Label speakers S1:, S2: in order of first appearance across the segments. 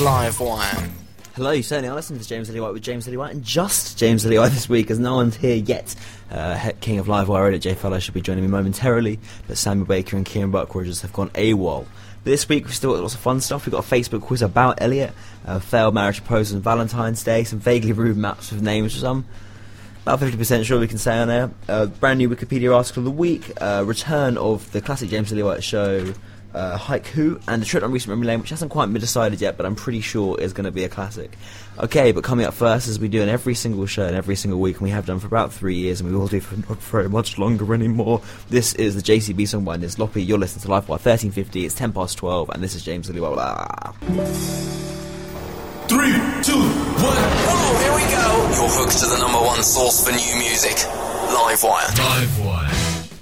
S1: Live wire.
S2: Hello, you certainly are listening to James Lily White with James Lily White and just James Lily White this week, as no one's here yet. Uh, he- King of Livewire edit Jay Fellow should be joining me momentarily, but Samuel Baker and Kieran Buckridges have gone AWOL. But this week we've still got lots of fun stuff. We've got a Facebook quiz about Elliot, uh, failed marriage proposals and Valentine's Day, some vaguely rude maps with names for some. About 50% sure we can say on air. Uh, brand new Wikipedia article of the week, uh, return of the classic James Lily White show, uh, Haiku, and the trip on recent memory lane, which hasn't quite been decided yet, but I'm pretty sure is going to be a classic. Okay, but coming up first, as we do in every single show and every single week, and we have done for about three years, and we will do for not very much longer anymore, this is the JCB Song by Liz Loppy. You're listening to Life by 1350, it's 10 past 12, and this is James Lily White. Blah.
S3: Three, two, one.
S4: Whoa, here we go. You're hooked to the number one source for new music, Livewire.
S3: Live wire.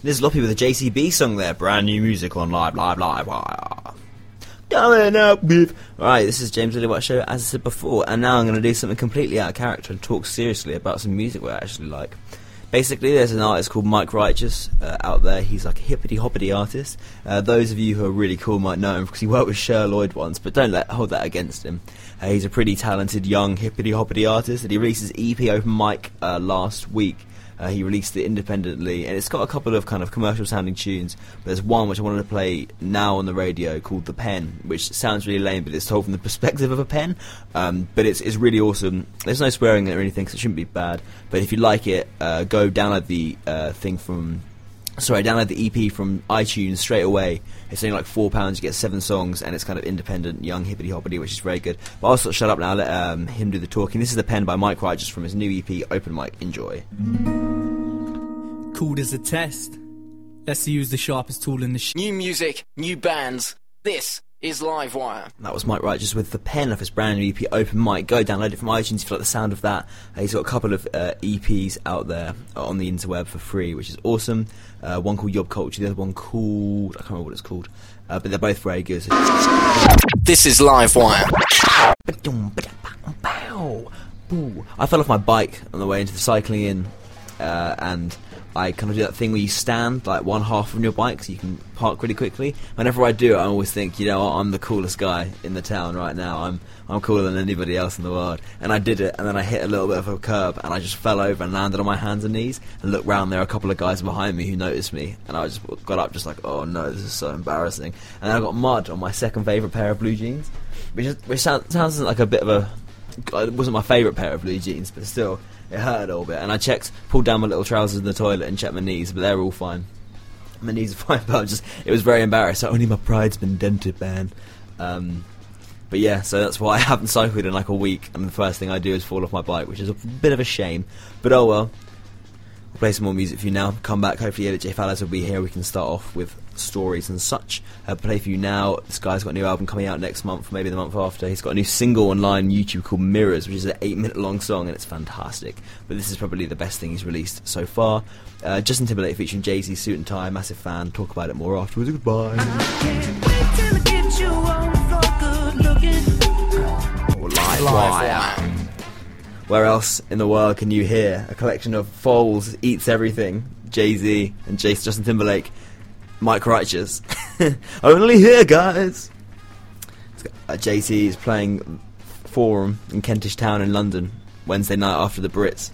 S2: Liz Loppy with a JCB song there, brand new music on Live Live Live Wire. Coming up with Alright, this is James Lily White Show, as I said before, and now I'm gonna do something completely out of character and talk seriously about some music we actually like. Basically, there's an artist called Mike Righteous uh, out there. He's like a hippity hoppity artist. Uh, those of you who are really cool might know him because he worked with Cher Lloyd once, but don't let hold that against him. Uh, he's a pretty talented young hippity hoppity artist, and he released his EP open mic uh, last week. Uh, he released it independently, and it's got a couple of kind of commercial sounding tunes. But there's one which I wanted to play now on the radio called The Pen, which sounds really lame, but it's told from the perspective of a pen. Um, but it's, it's really awesome. There's no swearing in it or anything, so it shouldn't be bad. But if you like it, uh, go download the uh, thing from. Sorry, download the EP from iTunes straight away. It's only like four pounds. You get seven songs, and it's kind of independent, young hippity hoppity, which is very good. But I'll sort of shut up now. Let um, him do the talking. This is the pen by Mike Wright, just from his new EP, Open Mic. Enjoy.
S5: Cool as a test. Let's use the sharpest tool in the sh-
S4: New music, new bands. This is Livewire.
S2: That was Mike Righteous with the pen of his brand new EP Open Mic. Go download it from iTunes if you like the sound of that. Uh, he's got a couple of uh, EPs out there uh, on the interweb for free, which is awesome. Uh, one called Yob Culture, the other one called I can't remember what it's called, uh, but they're both very good. So-
S4: This is Livewire.
S2: Ba-dum, ba-dum, ba-dum, bow. Boo. I fell off my bike on the way into the cycling inn, uh, and I kind of do that thing where you stand like one half of your bike so you can park really quickly. Whenever I do it, I always think, you know, I'm the coolest guy in the town right now. I'm I'm cooler than anybody else in the world. And I did it, and then I hit a little bit of a curb, and I just fell over and landed on my hands and knees. And looked round, there were a couple of guys behind me who noticed me, and I just got up, just like, oh no, this is so embarrassing. And I got mud on my second favorite pair of blue jeans which, is, which sound, sounds like a bit of a. It wasn't my favourite pair of blue jeans, but still, it hurt a little bit. And I checked, pulled down my little trousers in the toilet and checked my knees, but they're all fine. My knees are fine, but I was just it was very embarrassing. Only my pride's been dented, man. Um, but yeah, so that's why I haven't cycled in like a week, and the first thing I do is fall off my bike, which is a bit of a shame. But oh well. We'll play some more music for you now. Come back, hopefully Edit J Fallows will be here. We can start off with stories and such. Uh, play for you now. This guy's got a new album coming out next month, maybe the month after. He's got a new single online YouTube called Mirrors, which is an eight-minute-long song, and it's fantastic. But this is probably the best thing he's released so far. Uh, Justin Timberlake featuring Jay Z, Suit and Tie, massive fan. Talk about it more afterwards. Goodbye.
S4: Livewire.
S2: Where else in the world can you hear a collection of Foles eats everything, Jay Z and Jace Justin Timberlake, Mike Righteous? Only here, guys. It's got- Uh, Jay Z is playing Forum in Kentish Town in London Wednesday night after the Brits.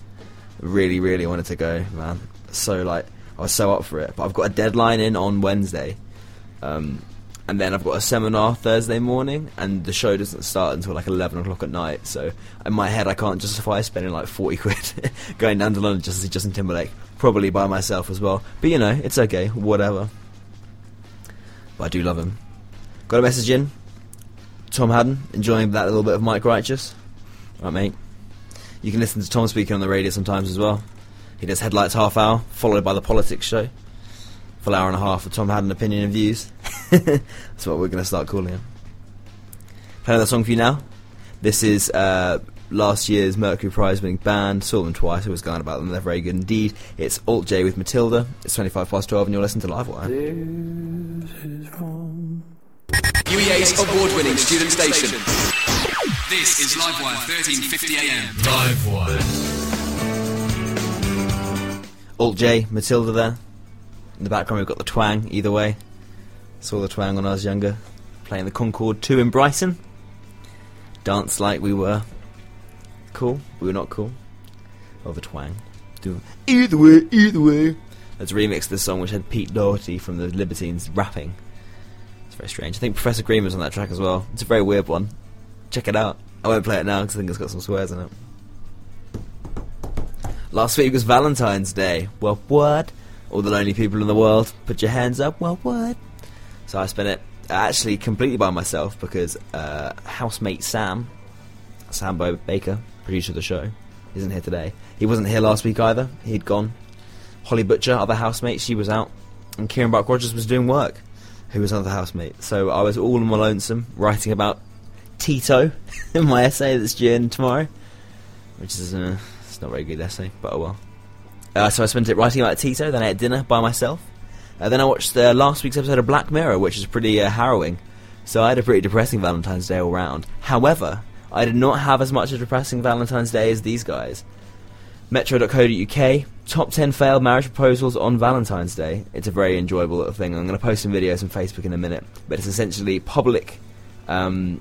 S2: Really, really wanted to go, man. So like, I was so up for it, but I've got a deadline in on Wednesday. Um, and then I've got a seminar Thursday morning, and the show doesn't start until like 11 o'clock at night. So in my head, I can't justify spending like 40 quid going down to London just to see Justin Timberlake, probably by myself as well. But you know, it's okay, whatever. But I do love him. Got a message in. Tom Haddon, enjoying that little bit of Mike Righteous. Right, mate. You can listen to Tom speaking on the radio sometimes as well. He does Headlights Half Hour, followed by The Politics Show. For an hour and a half, Tom Haddon opinion and views. That's what we're going to start calling him. Play another song for you now. This is uh, last year's Mercury Prize winning band. Saw them twice. I was going about them. They're very good indeed. It's Alt J with Matilda. It's 25 past 12, and you'll listen to Live Wire.
S6: UEA's award-winning student station. This is Livewire 1350 AM.
S3: Live wire.
S2: Alt J, Matilda there. In the background, we've got the twang either way. Saw the twang when I was younger. Playing the Concord 2 in Brighton. dance like we were cool. We were not cool. Or the twang. Do- Either way, either way. Let's remix this song, which had Pete Doherty from the Libertines rapping. It's very strange. I think Professor Green was on that track as well. It's a very weird one. Check it out. I won't play it now because I think it's got some swears in it. Last week was Valentine's Day. Well, what? All the lonely people in the world, put your hands up. Well, what? So I spent it actually completely by myself because uh, housemate Sam, Sam Bo Baker, producer of the show, isn't here today. He wasn't here last week either. He'd gone. Holly Butcher, other housemate, she was out, and Kieran Buck Rogers was doing work, who was another housemate. So I was all on my lonesome writing about Tito in my essay that's due in tomorrow, which is uh, it's not a very good essay, but oh well. Uh, so I spent it writing about Tito. Then I had dinner by myself. Uh, then I watched uh, last week's episode of Black Mirror, which is pretty uh, harrowing. So I had a pretty depressing Valentine's Day all round. However, I did not have as much a depressing Valentine's Day as these guys. Metro.co.uk top 10 failed marriage proposals on Valentine's Day. It's a very enjoyable little thing. I'm going to post some videos on Facebook in a minute, but it's essentially public. Um,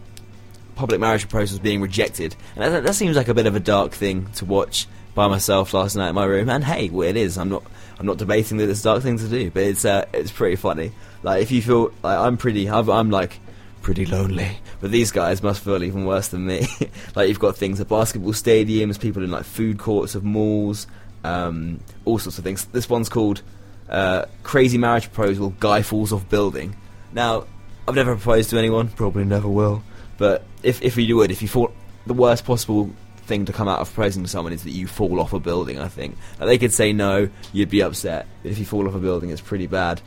S2: public marriage proposals being rejected. And that, that seems like a bit of a dark thing to watch by myself last night in my room. And hey, well, it is. I'm not. I'm not debating that it's a dark thing to do, but it's uh, it's pretty funny. Like if you feel like I'm pretty, I've, I'm like pretty lonely. But these guys must feel even worse than me. like you've got things at basketball stadiums, people in like food courts of malls, um, all sorts of things. This one's called uh, "Crazy Marriage Proposal: Guy Falls Off Building." Now, I've never proposed to anyone, probably never will. But if if you would, if you thought the worst possible thing to come out of proposing to someone is that you fall off a building, I think Like, they could say no, you'd be upset. But if you fall off a building, it's pretty bad.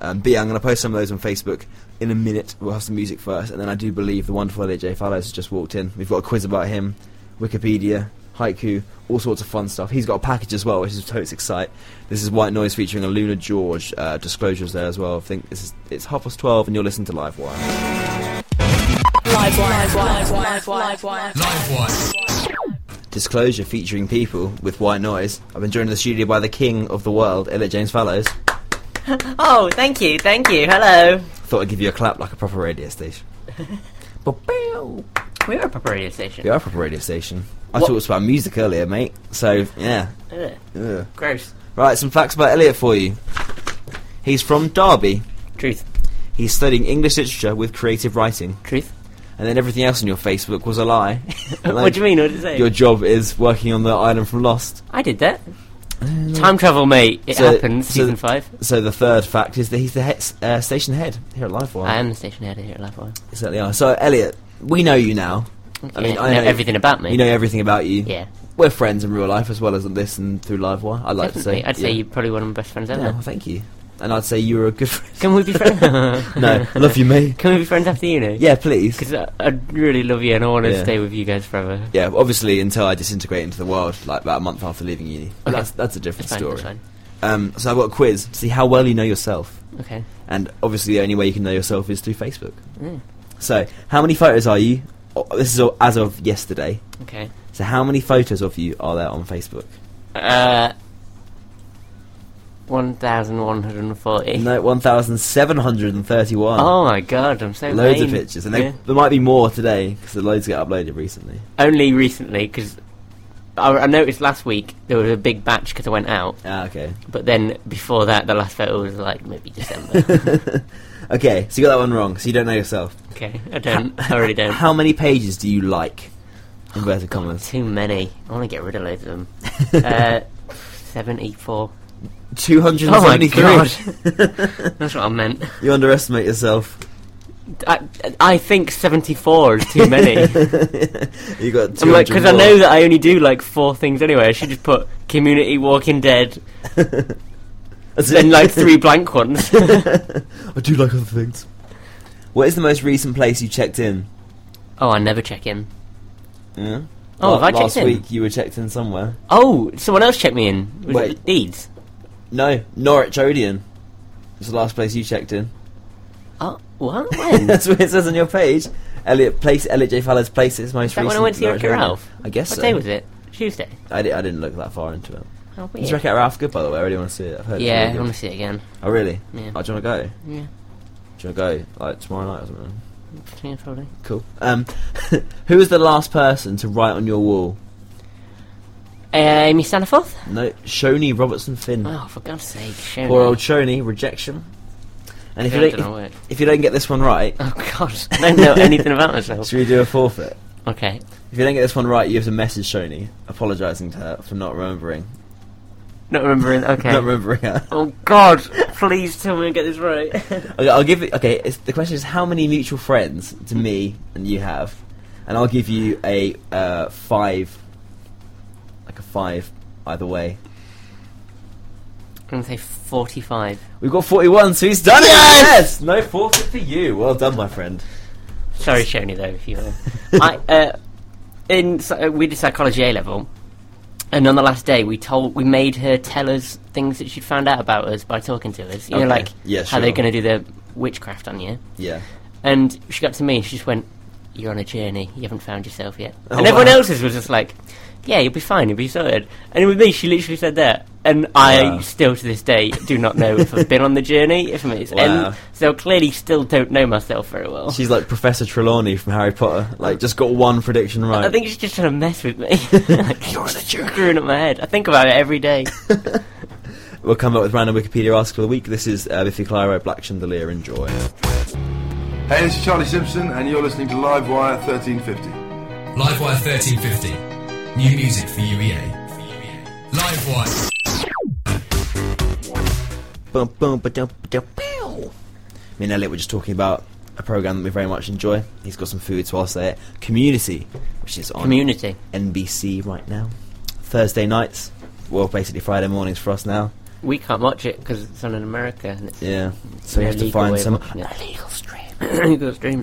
S2: Um, but yeah, I'm going to post some of those on Facebook in a minute. We'll have some music first, and then I do believe the wonderful AJ Fallows has just walked in. We've got a quiz about him, Wikipedia, haiku, all sorts of fun stuff. He's got a package as well, which is totes excite. This is White Noise featuring a Luna George. Uh, disclosures there as well. I think this is, it's half past twelve, and you're listening to Live Wire.
S1: Live wire, live wire, live wire.
S3: Livewire.
S2: Disclosure featuring people with white noise. I've been joined in the studio by the king of the world, Elliot James Fallows.
S7: Oh, thank you, thank you. Hello.
S2: Thought I'd give you a clap like a proper radio station. Ba-bow.
S7: We're a proper radio station.
S2: we are a proper radio station. I thought it was about music earlier, mate. So, yeah.
S7: Ugh,
S2: Ugh.
S7: gross.
S2: Right, some facts about Elliot for you. He's from Derby.
S7: Truth.
S2: He's studying English literature with creative writing.
S7: Truth.
S2: And then everything else on your Facebook was a lie.
S7: what do you mean? What did it say?
S2: Your job is working on the island from Lost.
S7: I did that. Time travel, mate. It
S2: Uh, So-
S7: happens.
S2: so-
S7: season five.
S2: So the third fact is that he's the he- uh, station head here at Livewire.
S7: I am the station head here at Live Wire.
S2: You certainly are. So Elliot, we know you now. I
S7: Yeah, know everything about me.
S2: You know everything about you.
S7: Yeah.
S2: We're friends in real life as well as on this and through Livewire. I'd like
S7: Definitely.
S2: to say.
S7: I'd say
S2: yeah.
S7: you're probably one of my best friends ever.
S2: Yeah, well, thank you. And I'd say you were a good friend.
S7: Can we be friends?
S2: no, love you, mate.
S7: Can we be friends after uni?
S2: Yeah, please.
S7: Because I, I really love you and I want to
S2: Yeah.
S7: stay with you guys forever.
S2: Yeah, obviously until I disintegrate into the world, like about a month after leaving uni. But
S7: Okay.
S2: That's that's a different
S7: That's fine.
S2: story.
S7: That's fine.
S2: Um, so I've got a quiz to see how well you know yourself.
S7: Okay.
S2: And obviously, the only way you can know yourself is through Facebook.
S7: Mm.
S2: So, how many photos are you? oh, This is all- as of yesterday.
S7: Okay.
S2: So, how many photos of you are there on Facebook?
S7: Uh. 1,140.
S2: No, 1,731.
S7: Eh. Oh my god, I'm so
S2: Loads of
S7: lame.
S2: pictures. And there-
S7: Yeah.
S2: there might be more today because the loads get uploaded recently.
S7: Only recently, because I, I noticed last week there was a big batch because I went out,
S2: Ah, okay.
S7: but then before that, the last photo was like maybe December.
S2: Okay, so you got that one wrong, so you don't know yourself.
S7: okay, I don't. I already don't.
S2: How many pages do you like? Inverted commas.
S7: Too many. I want to get rid of loads of them. uh, 74.
S2: 273.
S7: Oh my That's what I meant.
S2: you underestimate yourself.
S7: I, I think 74 is too many.
S2: You got
S7: I'm like, because I
S2: 200
S7: know that I only do like four things anyway. I should just put community, Walking Dead,
S2: That's
S7: then
S2: it.
S7: like three blank ones. Oh,
S2: I do like other things. What is the most recent place you checked in?
S7: oh, I never check in.
S2: Yeah.
S7: Oh, have I checked
S2: last
S7: in?
S2: week you were checked in somewhere.
S7: Oh, someone else checked me in. Was
S2: Wait.
S7: it Leeds?
S2: No, Norwich Odeon. It's the last place you checked in.
S7: Oh, what? When?
S2: That's what it says on your page. Elliot place Elliot J Fallow's places most
S7: Is that when I
S2: recent
S7: went to the
S2: Norwich
S7: Wreck-It
S2: Odeon.
S7: Ralph?
S2: I guess
S7: what
S2: so.
S7: day was it? Tuesday.
S2: I, di- I didn't look that far into it.
S7: How
S2: Is
S7: weird.
S2: Wreck It Ralph good by the way? I really want to see it. I've heard it's
S7: yeah,
S2: really
S7: I want
S2: good.
S7: to see it again.
S2: Oh really? Oh, do
S7: Yeah.
S2: you want to go? Do
S7: Yeah.
S2: you want to go like tomorrow night or something?
S7: Yeah, probably.
S2: Cool. Um, who was the last person to write on your wall?
S7: Uh, Amy Staniforth?
S2: No, Shoni Robertson Finn.
S7: Oh, for God's sake, Shona.
S2: Mm. Poor old Shoni, rejection. And if
S7: Yeah,
S2: you
S7: I
S2: don't,
S7: don't know it.
S2: if you don't get this one right,
S7: Oh, God. I don't know anything about myself.
S2: should we do a forfeit?
S7: Okay.
S2: If you don't get this one right, you have to message Shoni, apologising to her for not remembering,
S7: Not remembering. Okay.
S2: not remembering her.
S7: oh, God. Please tell me I get this right.
S2: Okay, I'll give it. Okay, it's, the question is how many mutual friends do me and you have, and I'll give you a uh, five, like a five either way.
S7: I'm going to say 45.
S2: We've got forty-one, so he's done it. Yes, no forfeit for you. Well done, my friend.
S7: Sorry, Shoni, though, if you will. I, uh, in, psy- we did psychology A level, and on the last day, we told we made her tell us things that she'd found out about us by talking to us. You
S2: Okay.
S7: know, like
S2: Yeah,
S7: how they're
S2: sure.
S7: going to do their witchcraft on you.
S2: Yeah.
S7: And she got to me and she just went, You're on a journey, you haven't found yourself yet.
S2: Oh,
S7: and everyone
S2: wow.
S7: else's was just like, Yeah, you'll be fine, you'll be sorted. And with me, she literally said that. And I
S2: Wow.
S7: still to this day do not know if I've been on the journey, if I'm at its
S2: Wow.
S7: end. So I clearly still don't know myself very well.
S2: She's like Professor Trelawney from Harry Potter. Like, just got one prediction right.
S7: I think she's just trying to mess with me. Like, You're on a journey. Screwing up my head. I think about it every day.
S2: we'll come up with random Wikipedia article of the week. This is uh, Biffy Clyro, Black Chandelier. Enjoy.
S8: Hey, this is Charlie Simpson, and you're listening to Livewire 1350.
S3: Livewire 1350. New music for UEA. Livewire.
S2: Bum, bum, ba-dum, ba-dum, pew. Me and Elliot were just talking about a program that we very much enjoy. He's got some food, so I'll say it. Community, which is on
S7: Community.
S2: NBC right now. Thursday nights. Well, basically Friday mornings for us now.
S7: We can't watch it because it's on in America and it's
S2: Yeah. So we
S7: an
S2: have to
S7: illegal
S2: find
S7: way of
S2: some.
S7: watching it. Illegal stream.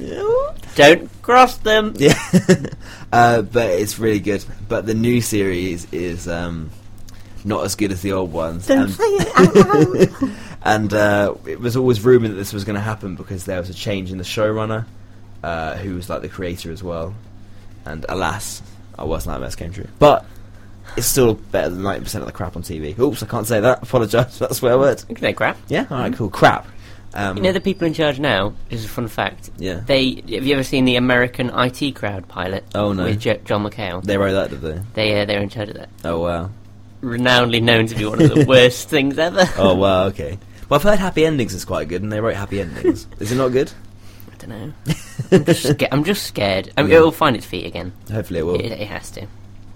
S7: Don't cross them.
S2: Yeah, uh, but it's really good. But the new series is um, not as good as the old ones. Don't and, say it and uh, it was always rumored that this was going to happen because there was a change in the showrunner, uh, who was like the creator as well. And alas, I was nightmares came true. But it's still better than ninety percent of the crap on TV. Oops, I can't say that. Apologise for that swear word.
S7: Look at that crap.
S2: Yeah, all right, cool. Crap. Um,
S7: You know the people in charge now. This is a fun fact.
S2: Yeah.
S7: They have you ever seen the American IT Crowd pilot?
S2: Oh, no.
S7: With Jo- John McHale.
S2: they wrote that, did they?
S7: They uh, they're in charge of that.
S2: Oh wow.
S7: Renownedly known to be one of the worst things ever.
S2: Oh wow, okay. Well, I've heard Happy Endings is quite good, and they wrote Happy Endings. is it not good?
S7: I don't know. I'm just, sca- I'm just scared. I mean,
S2: Yeah.
S7: It'll find its feet again.
S2: Hopefully it will.
S7: It, it has to.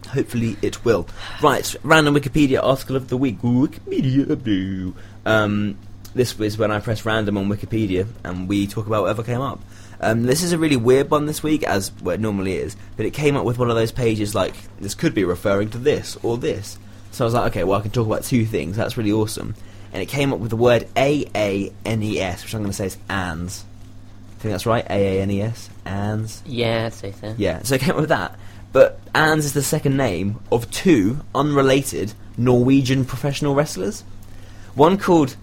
S2: Hopefully it will. Right, random Wikipedia article of the week. Wikipedia blue. Um, this was when I press random on Wikipedia, and we talk about whatever came up. Um, this is a really weird one this week, as well, it normally is, but it came up with one of those pages like, this could be referring to this or this. So I was like, okay, well, I can talk about two things. That's really awesome. And it came up with the word A-A-N-E-S, E which I'm going to say is ANS. I think that's right, A-A-N-E-S, ANS.
S7: Yeah, I'd say so.
S2: Yeah, so I came up with that. But Ans is the second name of two unrelated Norwegian professional wrestlers. One called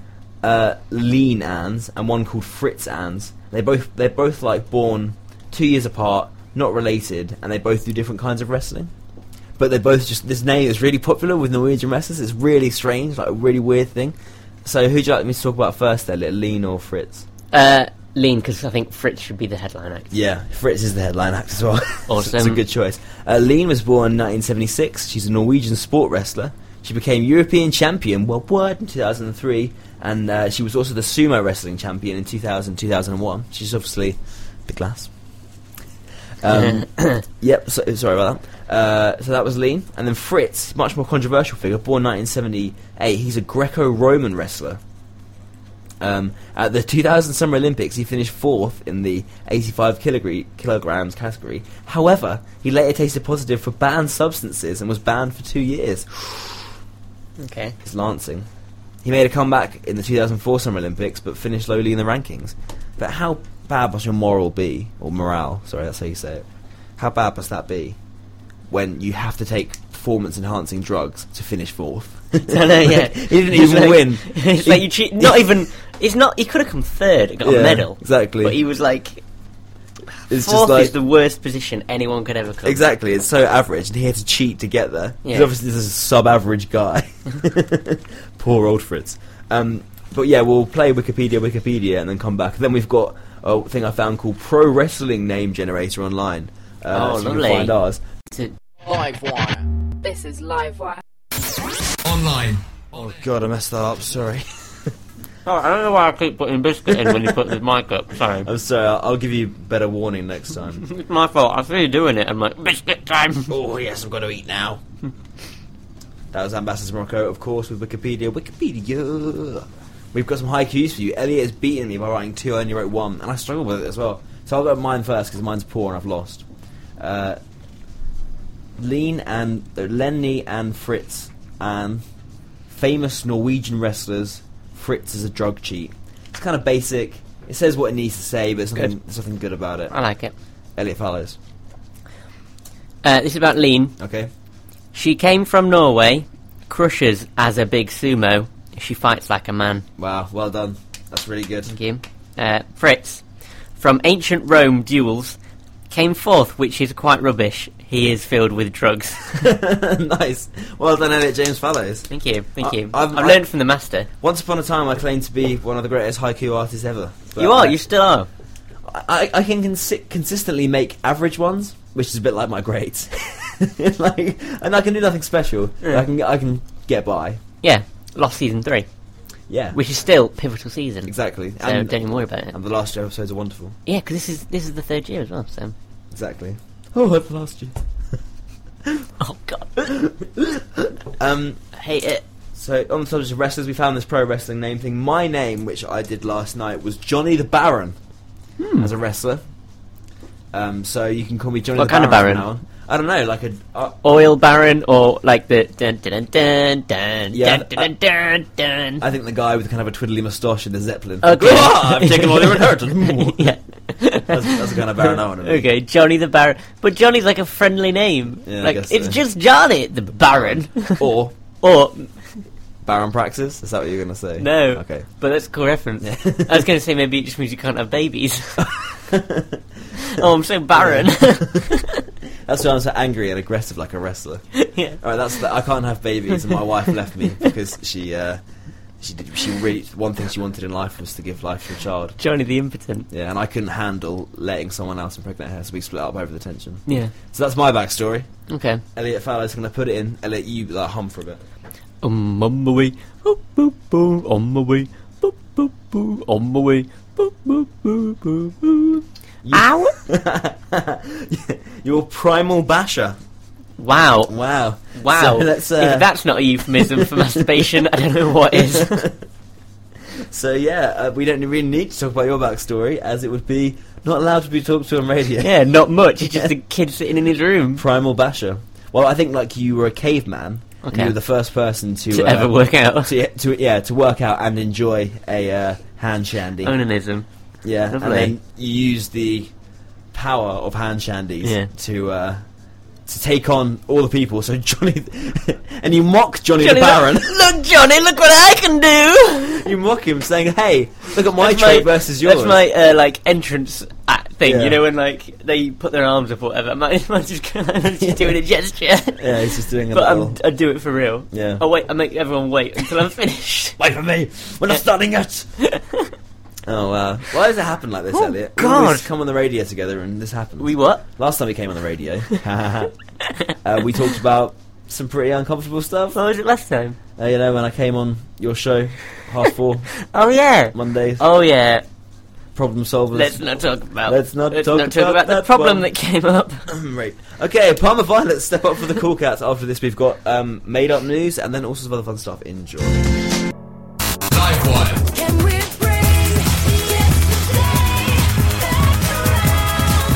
S2: uh, Lean Ans and one called Fritz Ans. They both they're both like born two years apart, not related, and they both do different kinds of wrestling. But they both just this name is really popular with Norwegian wrestlers. It's really strange, like a really weird thing. So who'd you like me to talk about first, there, little Lean or Fritz?
S7: Uh, lean because I think Fritz should be the headline act.
S2: Yeah, Fritz is the headline act as well.
S7: Awesome.
S2: it's a good choice. Uh, Lean was born in 1976. She's a Norwegian sport wrestler. She became European champion worldwide in 2003, and uh, she was also the sumo wrestling champion in 2000 2001. She's obviously big lass. Um, yep, so, sorry about that. Uh, so that was Lean. And then Fritz, much more controversial figure, born 1978. He's a Greco Roman wrestler. Um, at the 2000 Summer Olympics, he finished fourth in the 85 kilogre- kilograms category. However, he later tasted positive for banned substances and was banned for two years.
S7: Okay.
S2: It's lancing. He made a comeback in the 2004 Summer Olympics, but finished lowly in the rankings. But how bad must your moral be, or morale? Sorry, that's how you say it. How bad must that be when you have to take performance-enhancing drugs to finish fourth?
S7: No, no, yeah.
S2: he didn't
S7: It's
S2: even
S7: like-
S2: win.
S7: It's like you cheat. Not even. It's not. He could have come third and got
S2: Yeah,
S7: a medal.
S2: exactly.
S7: But he was like
S2: It's just
S7: fourth
S2: like-
S7: is the worst position anyone could ever come.
S2: Exactly, it's so average, and he had to cheat to get there. He's
S7: Yeah.
S2: obviously this is a sub-average guy. Poor old Fritz. Um, but yeah, we'll play Wikipedia, Wikipedia, and then come back. Then we've got uh, thing I found called Pro Wrestling Name Generator online. Uh,
S7: Oh,
S2: so You
S7: lovely.
S2: can find ours.
S7: To,
S9: This is Livewire.
S3: Online.
S2: Oh, God, I messed that up. Sorry.
S7: oh, I don't know why I keep putting biscuit in when you put the mic up. Sorry,
S2: I'm sorry. I'll, I'll give you better warning next time.
S7: it's my fault. I see you doing it. I'm like biscuit time.
S2: oh yes, I've got to eat now. that was Ambassadors Morocco, of course, with Wikipedia. Wikipedia. We've got some high cues for you. Elliot has beaten me by writing two, I only wrote one, and I struggled with it as well. So I'll go with mine first because mine's poor and I've lost. Uh, Lean and uh, Lenny and Fritz and famous Norwegian wrestlers. Fritz is a drug cheat. It's kind of basic. It says what it needs to say, but there's nothing, there's nothing good about it.
S7: I like it.
S2: Elliot Fallows.
S7: Uh, this is about Lean.
S2: Okay.
S7: She came from Norway, crushes as a big sumo. She fights like a man.
S2: Wow. Well done. That's really good.
S7: Thank you. Uh, Fritz, from ancient Rome, duels came forth, which is quite rubbish. He is filled with drugs.
S2: nice. Well done, Elliot James Fallows.
S7: Thank you, thank
S2: I-
S7: you.
S2: I've-
S7: I've,
S2: I-
S7: learned from the master.
S2: Once upon a time, I claimed to be one of the greatest haiku artists ever. But
S7: you are,
S2: I,
S7: you still are.
S2: I, I can consi- consistently make average ones, which is a bit like my grades. like, and I can do nothing special. but I can I can get by.
S7: Yeah, lost season three,
S2: Yeah.
S7: which is still pivotal season.
S2: exactly.
S7: So
S2: and,
S7: don't even worry about it.
S2: and the last two episodes are wonderful.
S7: Yeah, because this is this is the third year as well. So,
S2: Exactly. Oh, the last year.
S7: oh god,
S2: Um.
S7: I hate it.
S2: So on the subject of wrestlers, we found this pro wrestling name thing. My name, which I did last night, was Johnny the Baron
S7: Hmm.
S2: as a wrestler. Um, so you can call me Johnny
S7: What
S2: the
S7: kind of
S2: Baron. from
S7: Baron?
S2: now on. I don't know, like a uh,
S7: Oil Baron or like the dun dun dun dun
S2: Yeah,
S7: dun dun dun dun.
S2: I think the guy with kind of a twiddly moustache and a zeppelin.
S7: Okay.
S2: "Ah, I've taken all your inheritance.
S7: yeah.
S2: that's, that's the kind of Baron I want to be.
S7: Okay, Johnny the Baron. But Johnny's like a friendly name.
S2: Yeah, I
S7: like
S2: guess
S7: it's
S2: so.
S7: just Johnny the Baron.
S2: Or
S7: or
S2: Baron Praxis? Is that what you're gonna say?
S7: no.
S2: Okay.
S7: But that's a cool reference. I was going to say maybe it just means you can't have babies. oh, I'm so barren.
S2: That's why I'm so angry and aggressive like a wrestler.
S7: yeah.
S2: All right, that's the, I can't have babies, and my wife left me because she uh, she did, she really one thing she wanted in life was to give life to a child.
S7: Johnny the impotent.
S2: Yeah, and I couldn't handle letting someone else impregnate her, so we split up over the tension.
S7: Yeah.
S2: So that's my backstory.
S7: Okay.
S2: Elliot Fallow's going to put it in. Elliot, you like, hum for a bit.
S7: Um, on my way. Boop, boop, boop. On my way. Boop, boop, boop. On my way. Boop, boop, boop, boop, boop. Ow!
S2: You're primal basher.
S7: Wow.
S2: Wow.
S7: Wow.
S2: So, let's, uh,
S7: if that's not a euphemism for masturbation, I don't know what is.
S2: so yeah, uh, we don't really need to talk about your backstory, as it would be not allowed to be talked to on radio.
S7: yeah, not much. It's just a kid sitting in his room
S2: Primal basher. Well, I think like you were a caveman. and
S7: Okay.
S2: You were the first person to,
S7: to
S2: uh,
S7: ever work out.
S2: To, yeah, to yeah to work out and enjoy a uh, hand shandy.
S7: Onanism.
S2: Yeah,
S7: Lovely.
S2: and then you use the power of hand shandies
S7: Yeah.
S2: to uh, to take on all the people. So Johnny, and you mock Johnny,
S7: Johnny,
S2: the Baron.
S7: look, look, Johnny, look what I can do!
S2: you mock him, saying, "Hey, look at my
S7: That's
S2: trait versus yours."
S7: That's my uh, like entrance act thing.
S2: Yeah.
S7: You know when like they put their arms up or whatever. I'm, like, I'm just, I'm just doing a gesture.
S2: yeah, he's just doing a
S7: But um,
S2: little.
S7: I'm, I do it for real.
S2: Yeah.
S7: I wait. I make everyone wait until I'm finished.
S2: Wait for me. We're not starting yet. oh wow! Why does it happen like this,
S7: Oh,
S2: Elliot? we
S7: God.
S2: used to come on the radio together, and this happened.
S7: we what?
S2: Last time we came on the radio, uh, we talked about some pretty uncomfortable stuff.
S7: What was it last time?
S2: Uh, you know, when I came on your show, half four
S7: Oh yeah.
S2: Mondays.
S7: Oh yeah.
S2: problem solvers.
S7: Let's not talk about.
S2: Let's not talk about
S7: the
S2: that
S7: problem
S2: one.
S7: that came up.
S2: right. Okay, Palmer Violet, step up for the cool cats. After this, we've got um, made up news and then all sorts of other fun stuff. Enjoy.
S3: Livewire.
S1: Can we bring yesterday back around?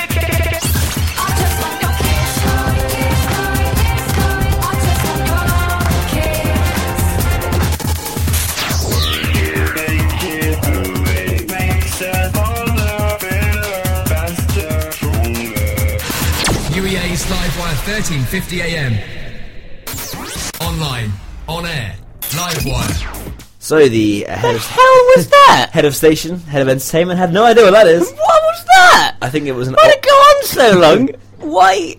S1: I just want your kiss, kiss, kiss, kiss. I just want your kiss.
S3: UEA's E Livewire 1350 AM. Online. On air. Livewire.
S2: So the uh, head,
S7: the
S2: of,
S7: hell was that?
S2: head of station, head of entertainment, had no idea what that is.
S7: what was that?
S2: I think it was an
S7: Why did
S2: o-
S7: it go on so long? Why?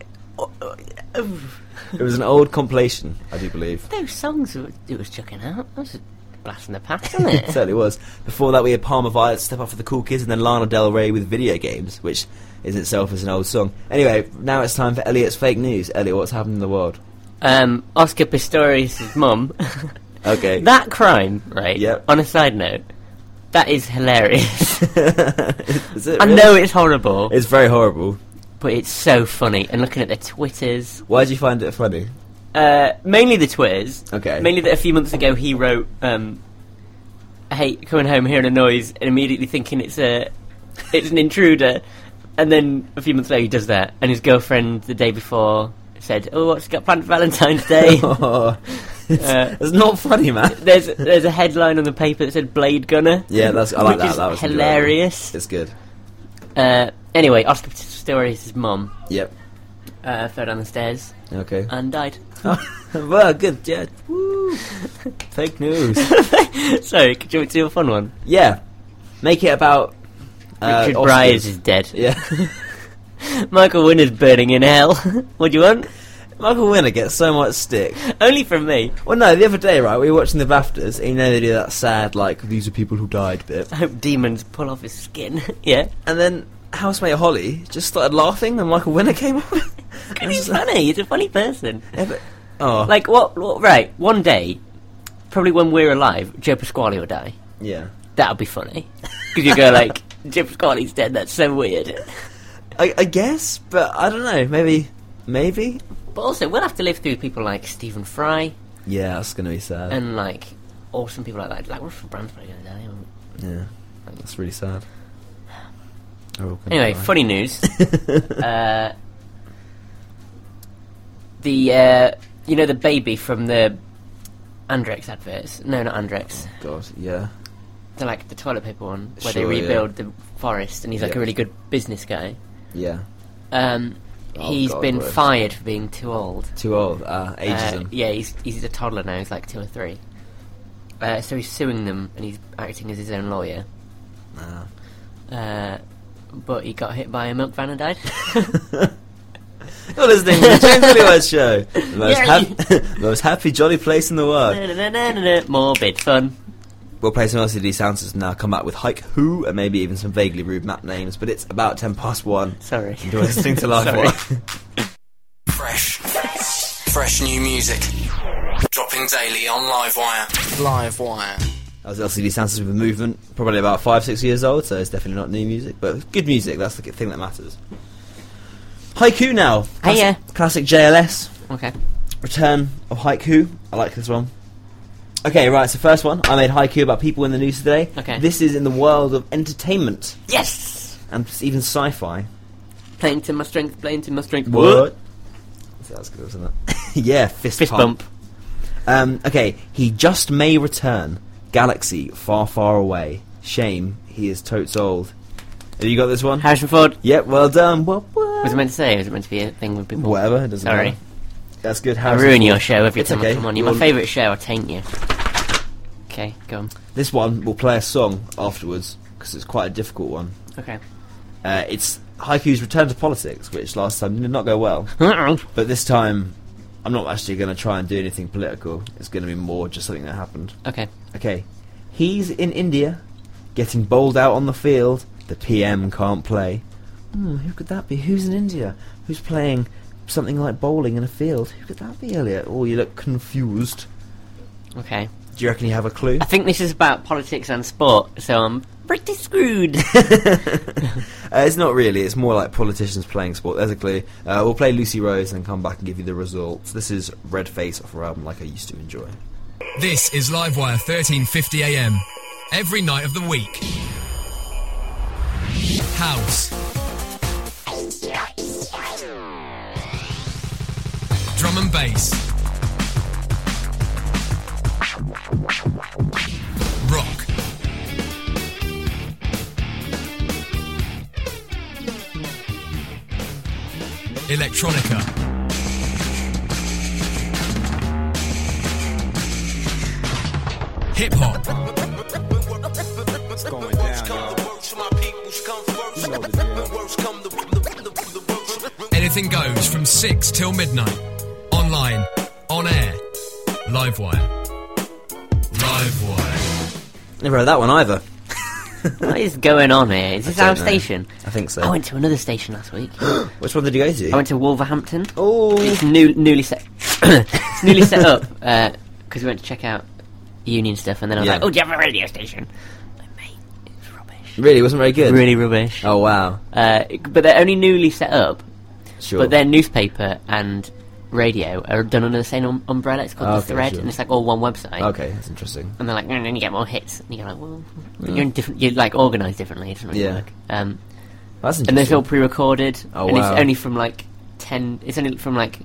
S2: it was an old compilation, I do believe.
S7: Those songs it was- it was chucking out. That was a blast in the past, wasn't
S2: It
S7: it?
S2: certainly was. Before that, we had Palmer Violet, Step Up for the Cool Kids, and then Lana Del Rey with Video Games, which is in itself is an old song. Anyway, now it's time for Elliot's fake news. Elliot, what's happened in the world?
S7: um, Oscar Pistorius' mum.
S2: Okay.
S7: that crime, right?
S2: Yep.
S7: On a side note, that is hilarious.
S2: is it
S7: I
S2: really?
S7: know it's horrible,
S2: It's very horrible.
S7: but it's so funny. And looking at the Twitters,
S2: Why did you find it funny?
S7: uh, mainly the Twitters.
S2: Okay.
S7: Mainly that a few months ago he wrote, um, "I hate coming home hearing a noise," and immediately thinking it's a, it's an intruder, and then a few months later he does that, and his girlfriend the day before said, "Oh, what's got planned for Valentine's Day?"
S2: it's,
S7: Uh,
S2: it's not funny, man.
S7: there's there's a headline on the paper that said "Blade Gunner."
S2: Yeah, that's I like
S7: which
S2: that.
S7: is
S2: that was enjoyable.
S7: hilarious.
S2: It's good.
S7: Uh, anyway, Oscar Pistorius' mum
S2: Yep.
S7: uh, fell down the stairs
S2: Okay.
S7: and died.
S2: well, good. Yeah. Woo. Fake news.
S7: so, could you want to do a fun one?
S2: yeah. Make it about uh,
S7: Richard
S2: Oscars.
S7: Bryars is dead.
S2: Yeah.
S7: Michael Winner's burning in hell. what do you want?
S2: Michael Winner gets so much stick.
S7: Only from me.
S2: Well, no, the other day, right, we were watching the BAFTAs, and you know they do that sad, like, these are people who died bit.
S7: I hope demons pull off his skin. yeah.
S2: And then housemate Holly just started laughing when Michael Winner came on.
S7: Because he's funny. He's a funny person.
S2: Yeah, but- oh,
S7: Like, what, what? Right, one day, probably when we're alive, Joe Pasquale will die.
S2: yeah.
S7: That'll be funny. Because you go, like, Joe Pasquale's dead. That's so weird.
S2: I, I guess, but I don't know. Maybe, maybe.
S7: But also, we'll have to live through people like Stephen Fry
S2: Yeah, that's gonna be sad.
S7: and, like, awesome people like that. Like, Russell Brand's probably going to die.
S2: yeah, that's really sad. Oh, They're all gonna
S7: Anyway,
S2: die.
S7: funny news. uh, the uh, you know the baby from the Andrex adverts? No, not Andrex.
S2: God, yeah,
S7: They're like the toilet paper one where they
S2: Sure, yeah.
S7: rebuild the forest, and he's like
S2: Yeah.
S7: a really good business guy.
S2: yeah.
S7: Um,
S2: Oh,
S7: he's
S2: God,
S7: been
S2: worse.
S7: fired for being too old.
S2: Too old. Ah,
S7: Uh,
S2: ageism.
S7: yeah, he's he's a toddler now. He's like two or three. Uh, so he's suing them, and he's acting as his own lawyer.
S2: Ah.
S7: Uh, but he got hit by a milk van and died.
S2: You're listening to the James Elliott Show, the most,
S7: Yay.
S2: hap- most happy, jolly place in the world.
S7: Na-na-na-na-na, Morbid fun.
S2: We'll play some LCD sound system now. Come back with Hike Who and maybe even some vaguely rude map names. But it's about ten past one.
S7: Sorry.
S2: You're listening to Live
S7: Sorry.
S2: One.
S4: Fresh. Fresh new music. Dropping daily on Livewire.
S9: Livewire.
S2: That was LCD sound system with movement, probably about five, six years old. So it's definitely not new music, but good music. That's the thing that matters. Haiku now.
S7: Hiya.
S2: Classic JLS.
S7: Okay.
S2: Return of Haiku. I like this one. Okay, right. So first one, I made Haiku about people in the news today.
S7: Okay.
S2: This is in the world of entertainment
S7: Yes!
S2: and even sci-fi.
S7: Playing to my strength, playing to my strength.
S2: So that's good, isn't it? yeah, fist,
S7: Fist
S2: pump.
S7: bump.
S2: Um, okay, he just may return. Galaxy far, far away. Shame he is totes old. Have you got this one?
S7: Harrison Ford.
S2: yep, well done. Well, well.
S7: Was it meant to say? Was it meant to be a thing with people?
S2: Whatever, it doesn't
S7: Sorry.
S2: matter. That's good.
S7: I
S2: Harrison
S7: ruin
S2: Ford.
S7: your show every
S2: It's
S7: time
S2: okay.
S7: I come on. You're my
S2: You'll-
S7: favourite show. I taint you. Okay, go on.
S2: This one, we'll play a song afterwards because it's quite a difficult one.
S7: Okay.
S2: Uh, it's Haiku's Return to Politics, which last time did not go well. But this time, I'm not actually going to try and do anything political. It's going to be more just something that happened.
S7: okay.
S2: Okay. He's in India, getting bowled out on the field. The PM can't play. Hmm, who could that be? Who's in India? Who's playing something like bowling in a field? Who could that be, Elliot? Oh, you look confused.
S7: Okay.
S2: Do you reckon you have a clue?
S7: I think this is about politics and sport, so I'm pretty screwed.
S2: Uh, it's not really. It's more like politicians playing sport. There's a clue. Uh, we'll play Lucy Rose and come back and give you the results. This is Red Face off her album Like I Used to Enjoy.
S3: This is Livewire 1350 AM. Every night of the week. House. Drum and bass. Rock. Electronica. hip hop,
S10: It's going down, y'all. You know the deal.
S3: anything goes from 6 till midnight. Online, on air, Livewire. Livewire.
S2: Never heard that one either.
S7: What is going on here? Is this
S2: I
S7: our
S2: don't know.
S7: station?
S2: I think so.
S7: I went to another station last week.
S2: Which one did you go to?
S7: I went to Wolverhampton.
S2: oh,
S7: It's new, newly set. it's newly set up because we went to check out union stuff, and then I was
S2: Yeah.
S7: like, "Oh, do you have a radio station?" Like, mate, it's rubbish.
S2: really? It wasn't very good.
S7: Really rubbish.
S2: Oh wow.
S7: Uh, but they're only newly set up,
S2: Sure.
S7: but their newspaper and radio are done under the same um- umbrella. It's called
S2: Oh,
S7: the
S2: okay,
S7: Thread,
S2: sure.
S7: and it's like all one website.
S2: okay, that's interesting.
S7: And they're like, and then you get more hits, and you're like, well, but you're in different, you're like organised differently. It doesn't really
S2: Yeah.
S7: work. Um,
S2: That's interesting.
S7: and it's all pre-recorded,
S2: Oh,
S7: and
S2: wow.
S7: it's only from like ten. It's only from like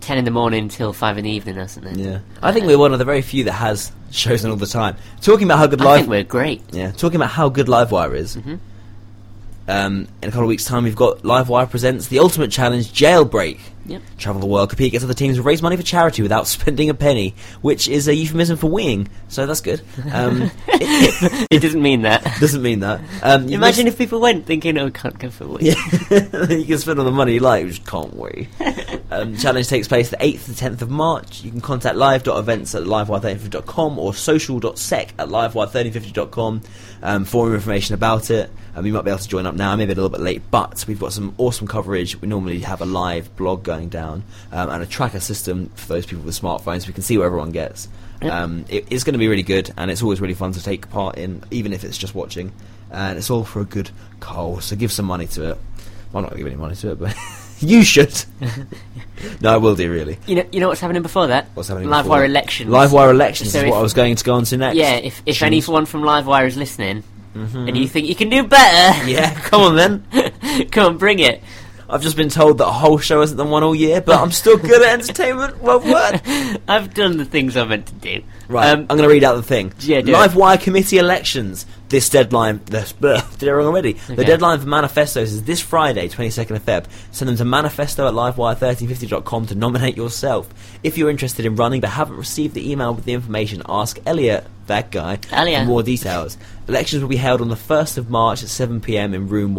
S7: ten in the morning till five in the evening or something.
S2: Yeah, I think we're one of the very few that has shows on all the time. Talking about how good
S7: I
S2: live,
S7: think we're great.
S2: yeah, talking about how good Livewire is.
S7: Mm-hmm.
S2: Um, in a couple of weeks' time, we've got Livewire presents the Ultimate Challenge Jailbreak.
S7: Yep.
S2: Travel the world, compete against other teams, and raise money for charity without spending a penny, which is a euphemism for weeing. So that's good. Um,
S7: It doesn't mean that.
S2: doesn't mean that. Um, you
S7: Imagine if people went thinking, "Oh, can't go for a week."
S2: you can spend all the money you like, which can't we? um, challenge takes place the 8th to 10th of March. You can contact live.events at livewire1350.com or social.sec at livewire1350.com um, for more information about it. Um, you might be able to join up now, maybe a little bit late, but we've got some awesome coverage. We normally have a live blog going down um, and a tracker system for those people with smartphones. We can see what everyone gets.
S7: Yep.
S2: Um, it is going to be really good, and it's always really fun to take part in, even if it's just watching. And it's all for a good cause, so give some money to it. Well, I'm not going to give any money to it, but you should. no, I will do, really.
S7: You know, you know what's happening before that?
S2: What's happening
S7: Livewire
S2: before?
S7: elections.
S2: Livewire elections
S7: So
S2: is
S7: if-
S2: what I was going to go on to next.
S7: Yeah, if if
S2: Choose.
S7: anyone from Livewire is listening, and you think you can do better,
S2: Mm-hmm. Yeah, come on then.
S7: come on, bring it.
S2: I've just been told that a whole show hasn't done one all year, but I'm still good at entertainment. Well, what?
S7: I've done the things I'm meant to do.
S2: Right,
S7: Um,
S2: I'm going to read out the thing.
S7: yeah, do
S2: Live
S7: it.
S2: wire committee elections. This deadline. This, did it wrong already. The
S7: Okay.
S2: deadline for manifestos is this Friday, 22nd of Feb. Send them to manifesto at livewire1350.com to nominate yourself. If you're interested in running but haven't received the email with the information, ask Elliot, that guy,
S7: Elliot.
S2: for more details. Elections will be held on the 1st of March at 7pm in room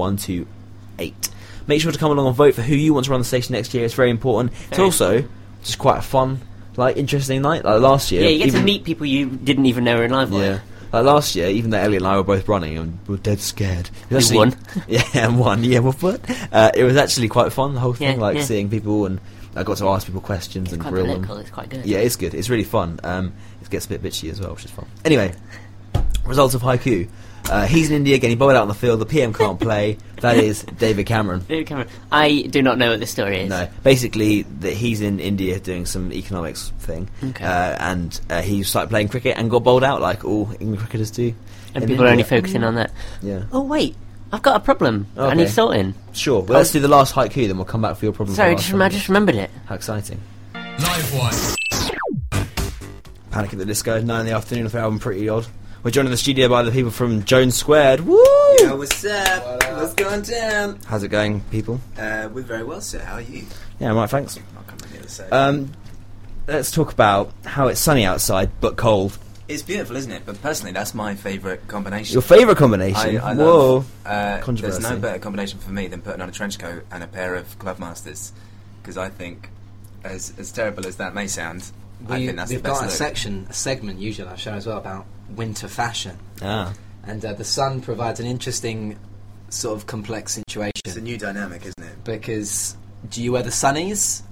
S2: 128. Make sure to come along and vote for who you want to run the station next year. It's very important. It's
S7: Very
S2: also just quite a fun, like interesting night. Like last year,
S7: yeah, you get
S2: even-
S7: to meet people you didn't even know were in Livewire.
S2: yeah. Like last year, even though Elliot and I were both running and we were dead scared. It was
S7: We won.
S2: Yeah, and won. Yeah, what? what? Uh, it was actually quite fun, the whole thing,
S7: Yeah,
S2: like
S7: yeah.
S2: seeing people and I got to ask people questions and
S7: Quite
S2: grill
S7: political.
S2: them.
S7: It's quite good.
S2: Yeah, it's good. It's really fun. Um, it gets a bit bitchy as well, which is fun. Anyway, results of haiku. Uh, he's in India getting bowled out on the field. The PM can't play. That is David Cameron.
S7: David Cameron. I do not know what the story is.
S2: No, basically that he's in India doing some economics thing,
S7: Okay.
S2: uh, and uh, he started playing cricket and got bowled out like all England cricketers do.
S7: and
S2: in
S7: people are only
S2: India.
S7: focusing on that.
S2: Yeah.
S7: Oh wait, I've got a problem. I
S2: Okay.
S7: need sorting.
S2: Sure. Well, let's do the last haiku, then we'll come back for your problem.
S7: Sorry,
S2: for the
S7: just
S2: last
S7: rem- I
S2: one.
S7: just remembered it.
S2: How exciting!
S3: Livewire.
S2: Panic at the Disco, nine in the afternoon. With their album, pretty odd. We're joined in the studio by the people from Jones Squared. Woo!
S11: Yo, what's up? What's going down?
S2: How's it going, people?
S11: Uh, we're very well, sir. How are you?
S2: Yeah, right. Thanks.
S11: I'll come on the other side.
S10: Uh,
S2: Um, let's talk about how it's sunny outside but cold.
S11: it's beautiful, isn't it? But personally, that's my favourite combination.
S2: Your favourite combination?
S11: I, I
S2: Whoa!
S11: love, uh, there's
S2: Controversy.
S11: no better combination for me than putting on a trench coat and a pair of Clubmasters, because I think, as as terrible as that may sound, I
S10: We,
S11: think that's the
S10: we've
S11: best
S10: got a
S11: look.
S10: section, a segment usually on our show as well about winter fashion,
S2: Ah,
S10: and uh, the sun provides an interesting sort of complex
S11: It's a
S10: situation
S11: new dynamic, isn't it?
S10: because do you wear the sunnies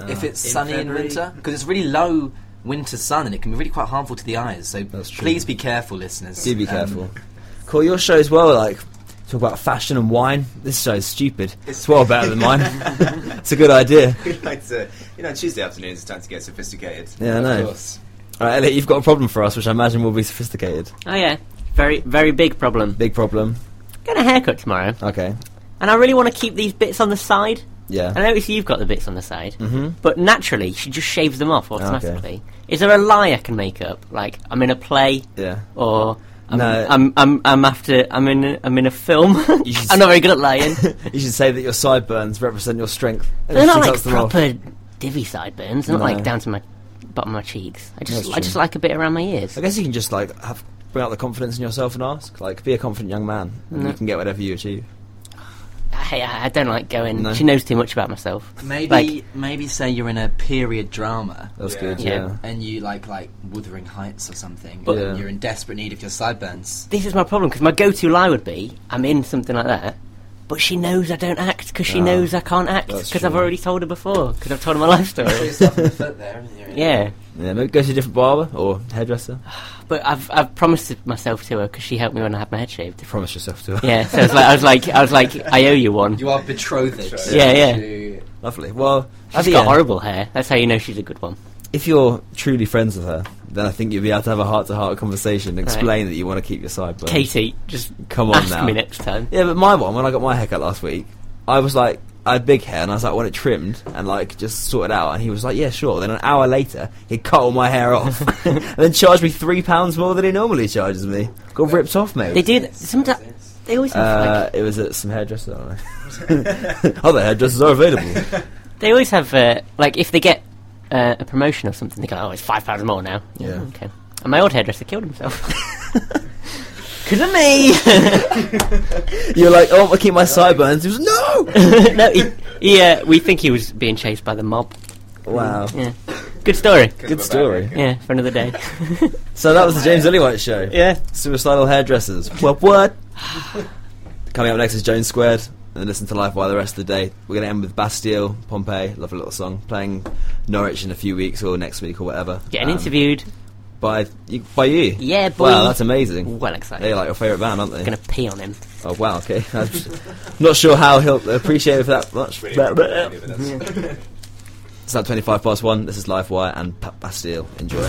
S2: Uh,
S10: if it's
S11: In
S10: sunny
S11: February?
S10: in winter? Because it's really low winter sun and it can be really quite harmful to the eyes. So
S2: That's true.
S10: please be careful, listeners.
S2: do be
S10: Um,
S2: careful. cool. Your show as well, like. Talk about fashion and wine. This show's stupid. It's well better than mine. it's a good idea.
S11: We like to, you know, Tuesday afternoons is time to get sophisticated.
S2: Yeah, I
S10: of
S2: know.
S10: course.
S2: All right, Elliot, you've got a problem for us, which I imagine will be sophisticated.
S7: Oh yeah, very very big problem.
S2: Big problem.
S7: Got a haircut tomorrow,
S2: Okay.
S7: and I really want to keep these bits on the side.
S2: Yeah.
S7: I notice you've got the bits on the side, but naturally she just shaves them off automatically.
S2: Mm-hmm. Okay.
S7: Is there a lie I can make up? Like I'm in a play,
S2: Yeah.
S7: or I'm,
S2: No.
S7: I'm, I'm I'm after I'm in a, I'm in a film.
S2: should
S7: I'm not very good at lying.
S2: You should say that your sideburns represent your strength.
S7: They're not
S2: She
S7: like
S2: cuts them off.
S7: proper divvy sideburns. They're not
S2: No.
S7: like down to my bottom of my cheeks. I
S2: That's
S7: just, I
S2: true.
S7: just like a bit around my ears.
S2: I guess you can just like have bring out the confidence in yourself and ask, like, be a confident young man, and
S7: No.
S2: you can get whatever you achieve.
S7: Hey, I, I don't like going.
S2: No.
S7: She knows too much about myself.
S10: Maybe
S7: Like,
S10: maybe say you're in a period drama.
S2: That's Yeah. good, yeah.
S10: And you like like Wuthering Heights or something.
S7: But-
S10: But
S7: Yeah.
S10: you're in desperate need of your sideburns.
S7: this is my problem because my go-to lie would be I'm in something like that, but she knows I don't act because she
S10: Ah,
S7: knows I can't act
S10: that's
S7: because I've
S10: true.
S7: already told her before because I've told her my life
S10: Put
S7: story.
S10: yourself in the foot there, haven't you, really?
S7: yeah,
S2: Yeah, maybe go to a different barber or hairdresser.
S7: but I've I've promised it myself to her because she helped me when I had my head shaved.
S2: Promise yourself to.
S7: Yeah, so I was like, I was like, I was like, I owe you one.
S10: You are betrothed.
S7: Yeah, yeah.
S2: Lovely. Well, at
S7: She's
S2: the
S7: got
S2: end-
S7: horrible hair. That's how you know she's a good one.
S2: If you're truly friends with her, then I think you'll be able to have a heart-to-heart conversation and
S7: Right.
S2: explain that you want to keep your sideburns.
S7: Katie, just
S2: come on
S7: ask
S2: now.
S7: me next time.
S2: Yeah, but my one when I got my haircut last week, I was like, I had big hair, and I was like, I want it trimmed and like just sorted out. And he was like, Yeah, sure. Then an hour later, he cut all my hair off, and then charged me three pounds more than he normally charges me. Got ripped off, mate.
S7: They do. Sometimes they always have like,
S2: Uh, it was at some hairdresser. I Other Oh, hairdressers are available.
S7: they always have uh, like if they get uh, a promotion or something, they go, "Oh, it's five pounds more now." Yeah. Okay. And my old hairdresser killed himself. Cause of me.
S2: You're like, oh, I keep my sideburns. He was no.
S7: no, he, he, uh, we think he was being chased by the mob.
S2: Wow.
S7: Yeah. Good story.
S2: Good story.
S7: Yeah, for another day.
S2: So that was the James Illywhite show.
S7: Yeah.
S2: Suicidal hairdressers. What what? Coming up next is Jones Squared. And then listen to Live Wire the rest of the day. We're going to end with Bastille, Pompeii, lovely little song. Playing Norwich in a few weeks or next week or whatever.
S7: Getting
S2: Um,
S7: interviewed.
S2: By, you, by you?
S7: Yeah, boy.
S2: Wow, that's amazing.
S7: Well excited.
S2: They're like your favourite band, aren't they?
S7: Gonna pee on him.
S2: Oh, wow, okay. I'm just- not sure how he'll appreciate it for that much. it's now 25 past 1. This is Live Wire and Pat Bastille. Enjoy.